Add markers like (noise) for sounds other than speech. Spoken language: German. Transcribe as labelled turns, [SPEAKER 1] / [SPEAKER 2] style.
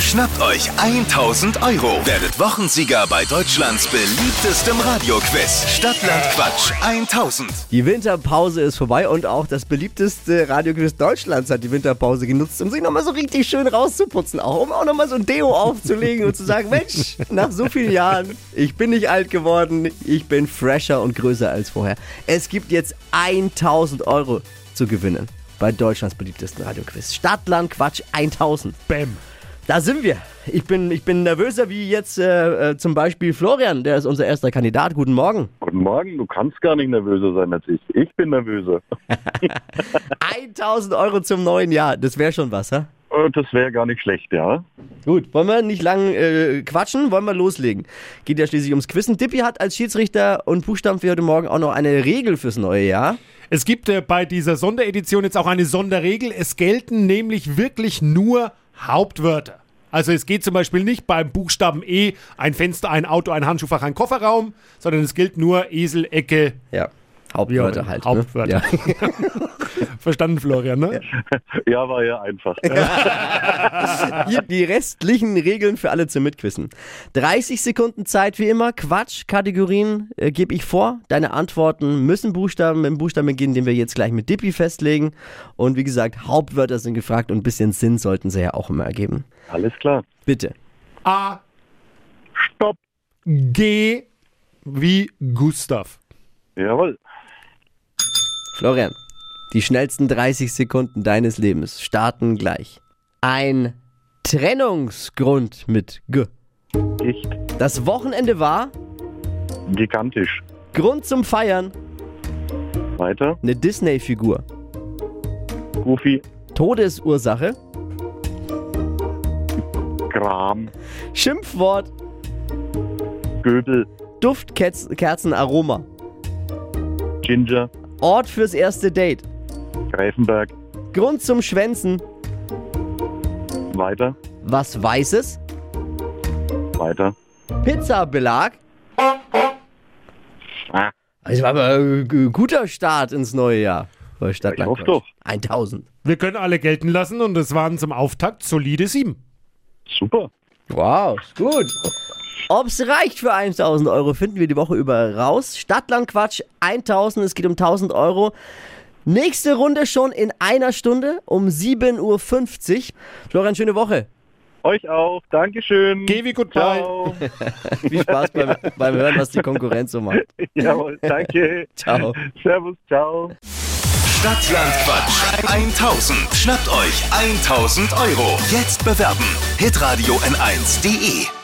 [SPEAKER 1] Schnappt euch 1000 Euro. Werdet Wochensieger bei Deutschlands beliebtestem Radioquiz. Stadtland Quatsch 1000.
[SPEAKER 2] Die Winterpause ist vorbei und auch das beliebteste Radioquiz Deutschlands hat die Winterpause genutzt, um sich nochmal so richtig schön rauszuputzen, auch um auch nochmal so ein Deo aufzulegen und zu sagen, Mensch, nach so vielen Jahren, ich bin nicht alt geworden, ich bin fresher und größer als vorher. Es gibt jetzt 1000 Euro zu gewinnen bei Deutschlands beliebtesten Radioquiz. Stadtland Quatsch 1000.
[SPEAKER 3] Bäm.
[SPEAKER 2] Da sind wir. Ich bin, ich bin nervöser wie jetzt äh, äh, zum Beispiel Florian, der ist unser erster Kandidat. Guten Morgen.
[SPEAKER 4] Guten Morgen, du kannst gar nicht nervöser sein als ich. Ich bin Äh, nervöser.
[SPEAKER 2] 1000 Euro zum neuen Jahr, das wäre schon was, hä?
[SPEAKER 4] Äh, Das wäre gar nicht schlecht, ja.
[SPEAKER 2] Gut, wollen wir nicht lang äh, quatschen, wollen wir loslegen. Geht ja schließlich ums Quissen. Dippy hat als Schiedsrichter und Buchstaben für heute Morgen auch noch eine Regel fürs neue Jahr.
[SPEAKER 3] Es gibt äh, bei dieser Sonderedition jetzt auch eine Sonderregel. Es gelten nämlich wirklich nur Hauptwörter. Also es geht zum Beispiel nicht beim Buchstaben E ein Fenster, ein Auto, ein Handschuhfach, ein Kofferraum, sondern es gilt nur Esel, Ecke.
[SPEAKER 2] Ja, Hauptwörter
[SPEAKER 3] Ja,
[SPEAKER 2] halt.
[SPEAKER 3] Hauptwörter.
[SPEAKER 2] Ne? Ja.
[SPEAKER 3] Verstanden, Florian, ne?
[SPEAKER 4] Ja, war ja einfach.
[SPEAKER 2] Hier die restlichen Regeln für alle zum Mitquissen. 30 Sekunden Zeit wie immer. Quatsch-Kategorien äh, gebe ich vor. Deine Antworten müssen Buchstaben mit dem Buchstaben beginnen, den wir jetzt gleich mit Dippy festlegen. Und wie gesagt, Hauptwörter sind gefragt und ein bisschen Sinn sollten sie ja auch immer ergeben.
[SPEAKER 4] Alles klar.
[SPEAKER 2] Bitte.
[SPEAKER 3] A,
[SPEAKER 4] Stopp.
[SPEAKER 3] G wie Gustav.
[SPEAKER 4] Jawohl.
[SPEAKER 2] Florian, die schnellsten 30 Sekunden deines Lebens starten gleich. Ein Trennungsgrund mit G.
[SPEAKER 4] Dicht.
[SPEAKER 2] Das Wochenende war
[SPEAKER 4] Gigantisch.
[SPEAKER 2] Grund zum Feiern,
[SPEAKER 4] Weiter.
[SPEAKER 2] eine Disney-Figur.
[SPEAKER 4] Goofy.
[SPEAKER 2] Todesursache,
[SPEAKER 4] Gram.
[SPEAKER 2] Schimpfwort,
[SPEAKER 4] Göbel.
[SPEAKER 2] Duftkerzenaroma.
[SPEAKER 4] Ginger.
[SPEAKER 2] Ort fürs erste Date.
[SPEAKER 4] Greifenberg.
[SPEAKER 2] Grund zum Schwänzen,
[SPEAKER 4] Weiter.
[SPEAKER 2] was Weißes,
[SPEAKER 4] Weiter.
[SPEAKER 2] Pizzabelag.
[SPEAKER 4] Ah.
[SPEAKER 2] Es war aber äh, g- guter Start ins neue Jahr. bei Stadtland
[SPEAKER 4] Ich hoffe
[SPEAKER 2] Quatsch.
[SPEAKER 4] doch.
[SPEAKER 2] 1000.
[SPEAKER 3] Wir können alle gelten lassen und es waren zum Auftakt solide sieben.
[SPEAKER 4] Super.
[SPEAKER 2] Wow, ist gut. Ob's reicht für 1000 Euro, finden wir die Woche über raus. Stadtlandquatsch 1000, es geht um 1000 Euro. Nächste Runde schon in einer Stunde um 7.50 Uhr. Florian, schöne Woche.
[SPEAKER 4] Euch auch. Dankeschön.
[SPEAKER 3] Geh wie goodbye.
[SPEAKER 4] Ciao. (laughs)
[SPEAKER 2] Viel Spaß beim, beim Hören, was die Konkurrenz so macht.
[SPEAKER 4] Jawohl. Danke.
[SPEAKER 2] Ciao.
[SPEAKER 4] Servus. Ciao.
[SPEAKER 1] Stadtland Quatsch 1000. Schnappt euch 1000 Euro. Jetzt bewerben. Hitradio N1.de.